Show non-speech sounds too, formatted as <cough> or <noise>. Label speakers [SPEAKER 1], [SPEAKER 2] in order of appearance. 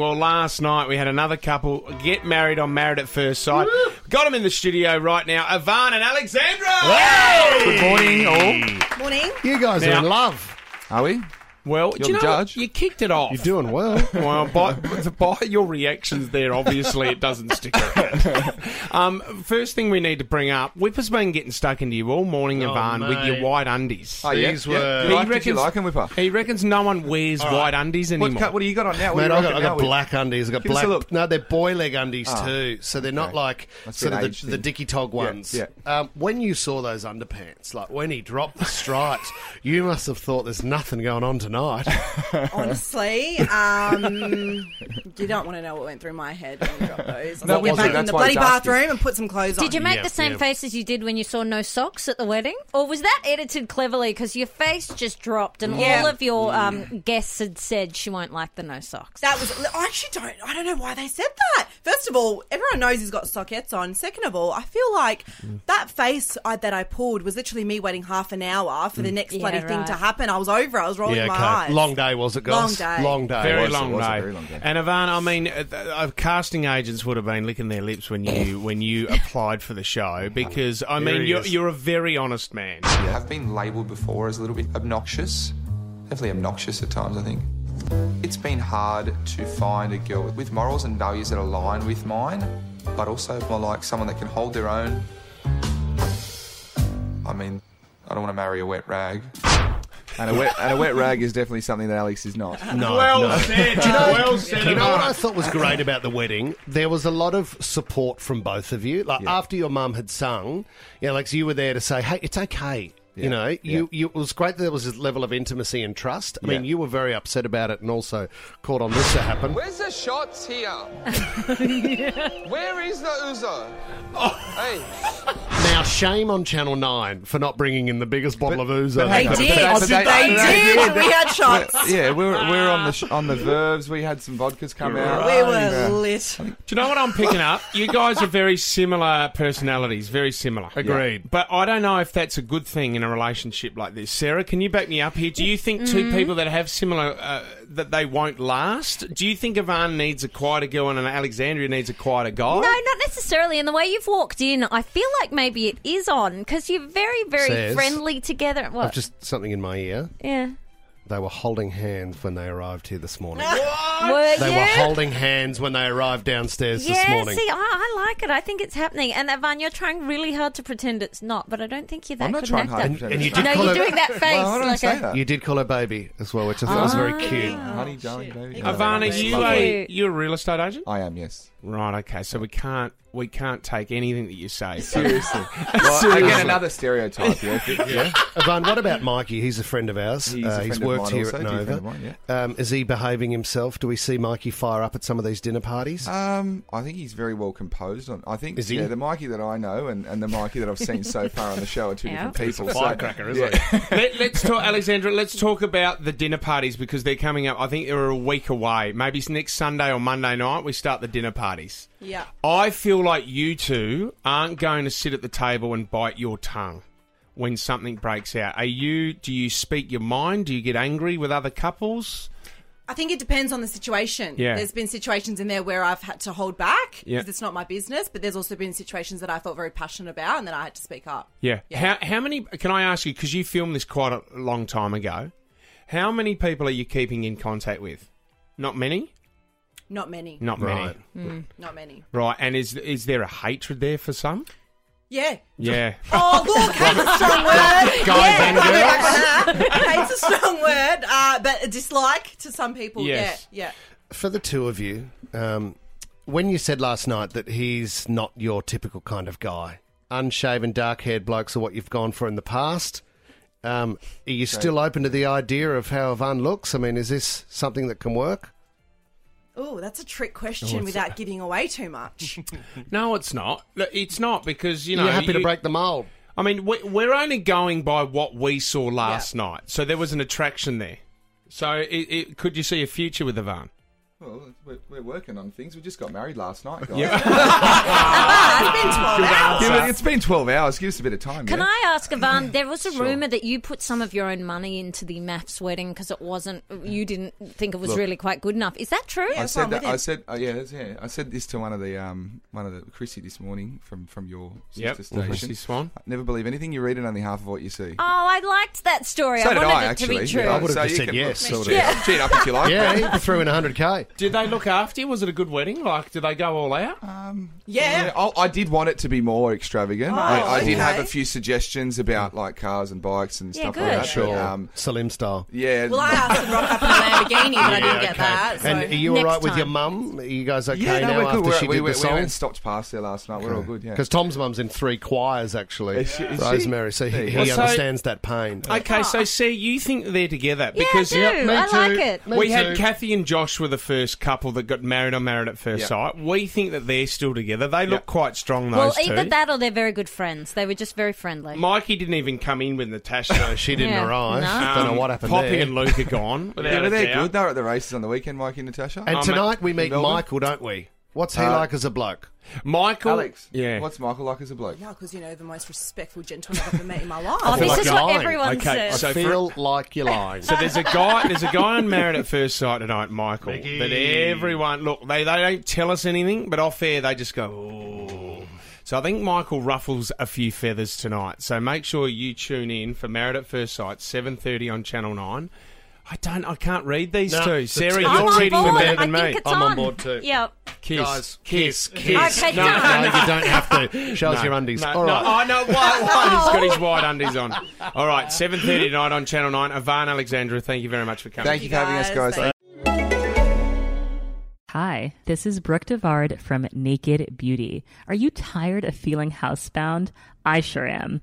[SPEAKER 1] Well, last night we had another couple get married on Married at First Sight. Got them in the studio right now, Ivan and Alexandra.
[SPEAKER 2] Good morning, all.
[SPEAKER 3] Morning.
[SPEAKER 4] You guys
[SPEAKER 1] Now-
[SPEAKER 4] are in love.
[SPEAKER 2] Are we?
[SPEAKER 1] Well, do
[SPEAKER 2] You're
[SPEAKER 1] you
[SPEAKER 2] the
[SPEAKER 1] know what?
[SPEAKER 2] judge.
[SPEAKER 1] You kicked it off.
[SPEAKER 4] You're doing well.
[SPEAKER 1] <laughs> Well, by, by your reactions there, obviously it doesn't stick
[SPEAKER 2] <laughs>
[SPEAKER 1] around. um, first thing we need to bring up, Whipper's been getting stuck into you all morning, Ivan, with your
[SPEAKER 5] mate.
[SPEAKER 1] white undies.
[SPEAKER 5] These were-
[SPEAKER 2] Oh, You
[SPEAKER 1] He
[SPEAKER 2] like, did you
[SPEAKER 1] reckons-
[SPEAKER 2] like him, Whipper?
[SPEAKER 1] He reckons no one wears white undies
[SPEAKER 2] What,
[SPEAKER 1] anymore.
[SPEAKER 2] cut, what do you got on now? What
[SPEAKER 4] Man,
[SPEAKER 2] do you
[SPEAKER 4] I got,
[SPEAKER 2] reckon
[SPEAKER 4] I
[SPEAKER 2] now,
[SPEAKER 4] got
[SPEAKER 2] Whipper?
[SPEAKER 4] black undies. I got
[SPEAKER 2] Give us a
[SPEAKER 4] black.
[SPEAKER 2] look. Ah.
[SPEAKER 4] No, they're boy leg undies too. So they're not
[SPEAKER 2] okay.
[SPEAKER 4] like
[SPEAKER 2] Must be
[SPEAKER 4] sort
[SPEAKER 2] an
[SPEAKER 4] of the,
[SPEAKER 2] age
[SPEAKER 4] the
[SPEAKER 2] thing.
[SPEAKER 4] dicky tog ones.
[SPEAKER 2] yeah.
[SPEAKER 4] Um, when you saw those underpants, like when he dropped the stripes, <laughs> you must have thought there's nothing going on
[SPEAKER 3] <laughs>
[SPEAKER 4] tonight.
[SPEAKER 3] Honestly, um, <laughs> you don't want to know what went through my head when you got those. I
[SPEAKER 2] No,
[SPEAKER 3] no,
[SPEAKER 2] we do.
[SPEAKER 3] get back in
[SPEAKER 2] That's
[SPEAKER 3] the
[SPEAKER 2] why
[SPEAKER 3] bloody
[SPEAKER 2] it's asking.
[SPEAKER 3] bathroom and put some clothes on.
[SPEAKER 6] Did you make
[SPEAKER 4] Yeah,
[SPEAKER 6] the same
[SPEAKER 4] yeah.
[SPEAKER 6] face as you did when you saw no socks at the wedding? Or was that edited cleverly because your face just dropped and
[SPEAKER 3] Yeah.
[SPEAKER 6] all of
[SPEAKER 4] Mm.
[SPEAKER 6] your um, guests had said she won't like the no socks?
[SPEAKER 3] That was. I actually don't. I don't know why they said that. First of all, everyone knows he's got sockettes on. Second of all, I feel like that face I, that I pulled was literally me waiting half an hour for the next
[SPEAKER 6] Yeah,
[SPEAKER 3] bloody thing
[SPEAKER 6] right.
[SPEAKER 3] to happen. I was over. it. I was
[SPEAKER 4] Mm.
[SPEAKER 3] rolling
[SPEAKER 4] yeah,
[SPEAKER 3] my eyes.
[SPEAKER 4] okay. Long day was it, guys?
[SPEAKER 3] Long day.
[SPEAKER 4] Long day.
[SPEAKER 1] Very
[SPEAKER 2] was- it
[SPEAKER 1] long,
[SPEAKER 2] was a
[SPEAKER 1] day.
[SPEAKER 2] very long day.
[SPEAKER 1] And Ivan, I mean, uh, th- uh, casting agents would have been licking their lips when you when
[SPEAKER 2] <laughs>
[SPEAKER 1] you applied for the show because I mean,
[SPEAKER 4] he
[SPEAKER 1] you're,
[SPEAKER 4] is.
[SPEAKER 1] you're a very honest man.
[SPEAKER 7] I've been labelled before as a little bit obnoxious, definitely obnoxious at times, I think. It's been hard to find a girl with morals and values that align with mine, but also more like someone that can hold their own. I mean, I don't want to marry a wet rag.
[SPEAKER 2] And a, wet, and a wet rag is definitely something that Alex is not.
[SPEAKER 4] No,
[SPEAKER 1] well
[SPEAKER 4] no. <laughs>
[SPEAKER 1] said. well said.
[SPEAKER 4] You know what I
[SPEAKER 1] Ivan.
[SPEAKER 4] thought was great about the wedding? There was a lot of support from both of you. Like after your mum had sung, you know, Lex, you were there to say, "Hey, it's okay." You
[SPEAKER 2] Yeah.
[SPEAKER 4] know,
[SPEAKER 2] Yeah.
[SPEAKER 4] you, you it was great that there was this level of intimacy and trust. I mean,
[SPEAKER 2] Yeah.
[SPEAKER 4] you were very upset about it and also caught on this to happen.
[SPEAKER 7] Where's the shots here? Where is the Uzo? Hey.
[SPEAKER 4] Now, shame on Channel 9 for not bringing in the biggest bottle of Ouzo.
[SPEAKER 3] They
[SPEAKER 2] But-
[SPEAKER 3] did.
[SPEAKER 2] but-
[SPEAKER 3] They
[SPEAKER 2] but
[SPEAKER 4] <laughs>
[SPEAKER 2] they- but they
[SPEAKER 3] did.
[SPEAKER 2] did.
[SPEAKER 3] We had shots.
[SPEAKER 2] yeah, we were, we were on the sh- on the verbs. We had some vodkas come out. uh,
[SPEAKER 3] We were
[SPEAKER 4] <laughs>
[SPEAKER 3] lit.
[SPEAKER 1] Do you know what I'm picking up? You guys are very similar personalities, very similar.
[SPEAKER 4] Agreed.
[SPEAKER 1] But I don't know if that's a good thing in a relationship like this. Sarah, can you back me up here? Do you think two people that have similar uh, that they won't last? Do you think Ivan needs a quieter girl and an Alexandria needs a quieter guy?
[SPEAKER 6] No, not necessarily. And the way you've walked in, I feel like maybe it is on because you're very, very
[SPEAKER 4] Says-
[SPEAKER 6] friendly together. What?
[SPEAKER 4] I've just something in my ear.
[SPEAKER 6] yeah.
[SPEAKER 4] They were holding hands when they arrived here this morning.
[SPEAKER 6] Were
[SPEAKER 4] They
[SPEAKER 6] you?
[SPEAKER 4] were holding hands when they arrived downstairs this
[SPEAKER 6] yeah,
[SPEAKER 4] morning.
[SPEAKER 6] see, I, I like it. I think it's happening. And Ivan, you're trying really hard to pretend it's not, but I don't think you're that
[SPEAKER 2] I'm not
[SPEAKER 6] good
[SPEAKER 2] trying
[SPEAKER 6] an
[SPEAKER 2] hard.
[SPEAKER 6] actor.
[SPEAKER 2] to pretend
[SPEAKER 4] and
[SPEAKER 2] it's
[SPEAKER 4] you
[SPEAKER 2] not.
[SPEAKER 4] did
[SPEAKER 6] No,
[SPEAKER 4] call
[SPEAKER 6] you're
[SPEAKER 4] it-
[SPEAKER 6] doing that face.
[SPEAKER 2] Well, I don't
[SPEAKER 6] like
[SPEAKER 2] say
[SPEAKER 6] a-
[SPEAKER 2] that.
[SPEAKER 4] You did call her baby as well, which I thought was very cute.
[SPEAKER 2] Honey, darling, baby.
[SPEAKER 1] Ivan, are Oh, you a
[SPEAKER 6] Thank you.
[SPEAKER 1] you're a real estate agent?
[SPEAKER 2] I
[SPEAKER 1] <laughs>
[SPEAKER 2] am, yes.
[SPEAKER 1] Right. Okay. So we can't we can't take anything that you say. So
[SPEAKER 4] <laughs>
[SPEAKER 2] Seriously. well, again, another stereotype. Yeah. yeah.
[SPEAKER 4] Ivan, what about Mikey? He's a friend of ours.
[SPEAKER 2] He's a
[SPEAKER 4] uh,
[SPEAKER 2] friend
[SPEAKER 4] he's
[SPEAKER 2] of
[SPEAKER 4] worked
[SPEAKER 2] mine
[SPEAKER 4] here
[SPEAKER 2] also.
[SPEAKER 4] at
[SPEAKER 2] He's a friend
[SPEAKER 4] Nova.
[SPEAKER 2] of mine,
[SPEAKER 4] um, is he behaving himself? Do we see Mikey fire up at some of these dinner parties?
[SPEAKER 2] Um, I think he's very well composed. On I think
[SPEAKER 4] Is he?
[SPEAKER 2] yeah, the Mikey that I know and, and the Mikey that I've
[SPEAKER 4] <laughs>
[SPEAKER 2] seen so far on the show are two
[SPEAKER 6] Yeah.
[SPEAKER 2] different people. so-
[SPEAKER 4] firecracker, isn't
[SPEAKER 2] yeah.
[SPEAKER 1] Let, let's talk, Alexandra. Let's talk about the dinner parties because they're coming up. I think they're a week away. Maybe it's next Sunday or Monday night. We start the dinner parties.
[SPEAKER 3] Yeah.
[SPEAKER 1] I feel like you two aren't going to sit at the table and bite your tongue when something breaks out. Are you? Do you speak your mind? Do you get angry with other couples?
[SPEAKER 3] I think it depends on the situation.
[SPEAKER 1] Yeah.
[SPEAKER 3] There's been situations in there where I've had to hold back because
[SPEAKER 1] Yeah.
[SPEAKER 3] it's not my business, but there's also been situations that I felt very passionate about and that I had to speak up.
[SPEAKER 1] Yeah. How how many? Can I ask you? Because you filmed this quite a long time ago. How many people are you keeping in contact with? Not many.
[SPEAKER 3] Not many.
[SPEAKER 1] Not
[SPEAKER 4] Right.
[SPEAKER 1] many.
[SPEAKER 3] Not many.
[SPEAKER 1] Right. And is is there a hatred there for some?
[SPEAKER 3] Yeah.
[SPEAKER 1] Yeah.
[SPEAKER 3] Oh, look, hate's a strong
[SPEAKER 4] Guys
[SPEAKER 3] word. yeah,
[SPEAKER 4] and
[SPEAKER 3] probably
[SPEAKER 4] girls.
[SPEAKER 3] like that. hate's a strong word, uh, but a dislike to some people.
[SPEAKER 1] Yes.
[SPEAKER 3] Yeah, yeah.
[SPEAKER 4] For the two of you, um, when you said last night that he's not your typical kind of guy, unshaven, dark haired blokes are what you've gone for in the past. Um, are you still open to the idea of how Ivan looks? I mean, is this something that can work?
[SPEAKER 3] Oh, that's a trick question without giving away too much.
[SPEAKER 1] No, it's not. Look, It's not because you
[SPEAKER 4] You
[SPEAKER 1] know.
[SPEAKER 4] are happy to
[SPEAKER 1] you-
[SPEAKER 4] break the mold.
[SPEAKER 1] I mean, we- we're only going by what we saw last night, so there was an attraction there. So, it, it, could you see a future with Ivan?
[SPEAKER 2] Well, we're, we're working on things. We just got married last night, guys.
[SPEAKER 3] Ah, it's been 12 hours.
[SPEAKER 2] Give it- it's been 12 hours. Give us a bit of time.
[SPEAKER 6] Can
[SPEAKER 2] yeah?
[SPEAKER 6] I ask, Ivan? There was a rumor that you put some of your own money into the maths wedding because it wasn't. You didn't think it was really quite good enough. Is that true?
[SPEAKER 2] I
[SPEAKER 3] That's why I'm
[SPEAKER 2] said that.
[SPEAKER 3] with him.
[SPEAKER 2] I said, oh, yeah, that's, yeah. I said this to one of the um, one of the Chrissy this morning from from your
[SPEAKER 1] Yep.
[SPEAKER 2] sister
[SPEAKER 1] Chrissy
[SPEAKER 2] station.
[SPEAKER 1] Swan.
[SPEAKER 2] Never believe anything you read and only half of what you see.
[SPEAKER 6] Oh, I liked that story.
[SPEAKER 2] so
[SPEAKER 6] I
[SPEAKER 2] did
[SPEAKER 6] wanted
[SPEAKER 2] I
[SPEAKER 6] it
[SPEAKER 2] actually.
[SPEAKER 6] to be true.
[SPEAKER 4] I would've
[SPEAKER 2] so
[SPEAKER 4] just
[SPEAKER 2] you
[SPEAKER 4] said
[SPEAKER 2] can-
[SPEAKER 4] yes,
[SPEAKER 2] Sort
[SPEAKER 4] sort
[SPEAKER 2] of. Cheat up if you like.
[SPEAKER 4] Yeah, <laughs>
[SPEAKER 2] but-
[SPEAKER 4] he threw in 100k.
[SPEAKER 1] Did they look after you? Was it a good wedding? Like, did they go all out?
[SPEAKER 6] Uh,
[SPEAKER 3] Yeah.
[SPEAKER 2] Yeah, I, I did want it to be more extravagant.
[SPEAKER 3] Oh,
[SPEAKER 2] I, I did
[SPEAKER 3] okay.
[SPEAKER 2] have a few suggestions about like cars and bikes and
[SPEAKER 6] Yeah,
[SPEAKER 2] stuff
[SPEAKER 6] good.
[SPEAKER 2] like that.
[SPEAKER 4] Sure.
[SPEAKER 2] Um,
[SPEAKER 4] Salim style.
[SPEAKER 2] yeah.
[SPEAKER 3] Well, I asked to rock up in a Lamborghini, but I didn't get
[SPEAKER 4] okay.
[SPEAKER 3] that. So.
[SPEAKER 4] And are you
[SPEAKER 6] Next
[SPEAKER 4] alright with
[SPEAKER 6] time.
[SPEAKER 4] your mum? Are you guys okay
[SPEAKER 2] yeah, no,
[SPEAKER 4] now
[SPEAKER 2] we're
[SPEAKER 4] after
[SPEAKER 2] good. We're,
[SPEAKER 4] she
[SPEAKER 2] we,
[SPEAKER 4] did
[SPEAKER 2] we,
[SPEAKER 4] the
[SPEAKER 2] we
[SPEAKER 4] song?
[SPEAKER 2] went and stopped past there last night. We're all good. Yeah.
[SPEAKER 4] Because Tom's mum's in three choirs, actually.
[SPEAKER 2] Is she- is she?
[SPEAKER 4] Rosemary, so he, he
[SPEAKER 1] Well, so-
[SPEAKER 4] understands that pain.
[SPEAKER 6] Oh,
[SPEAKER 1] Okay, so see, you think they're together
[SPEAKER 6] Yeah,
[SPEAKER 1] because
[SPEAKER 6] I do. I like it.
[SPEAKER 1] we had Kathy and Josh were the first couple that got married on Married at First
[SPEAKER 2] Yeah.
[SPEAKER 1] Sight. We think that they're still together. They look quite strong. Those
[SPEAKER 6] Well,
[SPEAKER 1] two.
[SPEAKER 6] either that or they're very good friends. They were just very friendly.
[SPEAKER 1] Mikey didn't even come in with Natasha. Um,
[SPEAKER 4] No, she didn't
[SPEAKER 6] Yeah.
[SPEAKER 4] arrive.
[SPEAKER 6] No.
[SPEAKER 4] Don't know what happened
[SPEAKER 1] Poppy
[SPEAKER 4] there.
[SPEAKER 1] and Luke are
[SPEAKER 2] <laughs>
[SPEAKER 1] gone. Without
[SPEAKER 2] Yeah,
[SPEAKER 1] a
[SPEAKER 2] but they're
[SPEAKER 1] doubt.
[SPEAKER 2] good. They're at the races on the weekend, Mikey and Natasha.
[SPEAKER 4] And
[SPEAKER 1] I'm
[SPEAKER 4] tonight we meet
[SPEAKER 2] Melbourne.
[SPEAKER 4] Michael, don't we? What's he
[SPEAKER 2] Uh,
[SPEAKER 4] like as a bloke?
[SPEAKER 1] Michael,
[SPEAKER 2] Alex,
[SPEAKER 1] yeah,
[SPEAKER 2] what's Michael like as a bloke?
[SPEAKER 3] Yeah, because you know the most respectful gentleman I've ever met in my life.
[SPEAKER 6] Oh, this
[SPEAKER 4] like
[SPEAKER 6] is
[SPEAKER 4] you're
[SPEAKER 6] what
[SPEAKER 4] lying.
[SPEAKER 6] everyone
[SPEAKER 1] Okay,
[SPEAKER 6] says.
[SPEAKER 1] so-
[SPEAKER 4] I
[SPEAKER 1] for-
[SPEAKER 4] feel like you're lying.
[SPEAKER 1] So there's a guy. There's a guy on Married at First Sight tonight, Michael. But everyone, look, they they don't tell us anything, but off air they just go. "Ooh." So I think Michael ruffles a few feathers tonight. So make sure you tune in for Married at First Sight, seven thirty on Channel Nine. I don't. I can't read these
[SPEAKER 4] No,
[SPEAKER 1] two.
[SPEAKER 4] it's-
[SPEAKER 1] Sarah,
[SPEAKER 4] I'm
[SPEAKER 1] you're
[SPEAKER 6] on
[SPEAKER 1] reading them
[SPEAKER 6] board.
[SPEAKER 1] better than
[SPEAKER 6] I
[SPEAKER 1] me.
[SPEAKER 6] think
[SPEAKER 1] Oh,
[SPEAKER 6] it's
[SPEAKER 4] I'm on
[SPEAKER 6] on
[SPEAKER 4] board too.
[SPEAKER 6] Yeah.
[SPEAKER 1] Kiss,
[SPEAKER 4] Guys,
[SPEAKER 1] kiss, kiss.
[SPEAKER 6] Okay,
[SPEAKER 1] no,
[SPEAKER 6] no,
[SPEAKER 1] no,
[SPEAKER 4] no, you don't have to. Show us your undies.
[SPEAKER 1] No, Oh,
[SPEAKER 4] All right.
[SPEAKER 1] no, I know. Why, why? He's got his white undies
[SPEAKER 4] <laughs>
[SPEAKER 1] on. All right, 7.30 tonight on Channel 9. Ivan Alexandra, thank you very much for coming.
[SPEAKER 2] Thank you for having us,
[SPEAKER 3] guys.
[SPEAKER 2] guys.
[SPEAKER 3] Thank
[SPEAKER 5] Hi, this is Brooke Devard from Naked Beauty. Are you tired of feeling housebound? I sure am.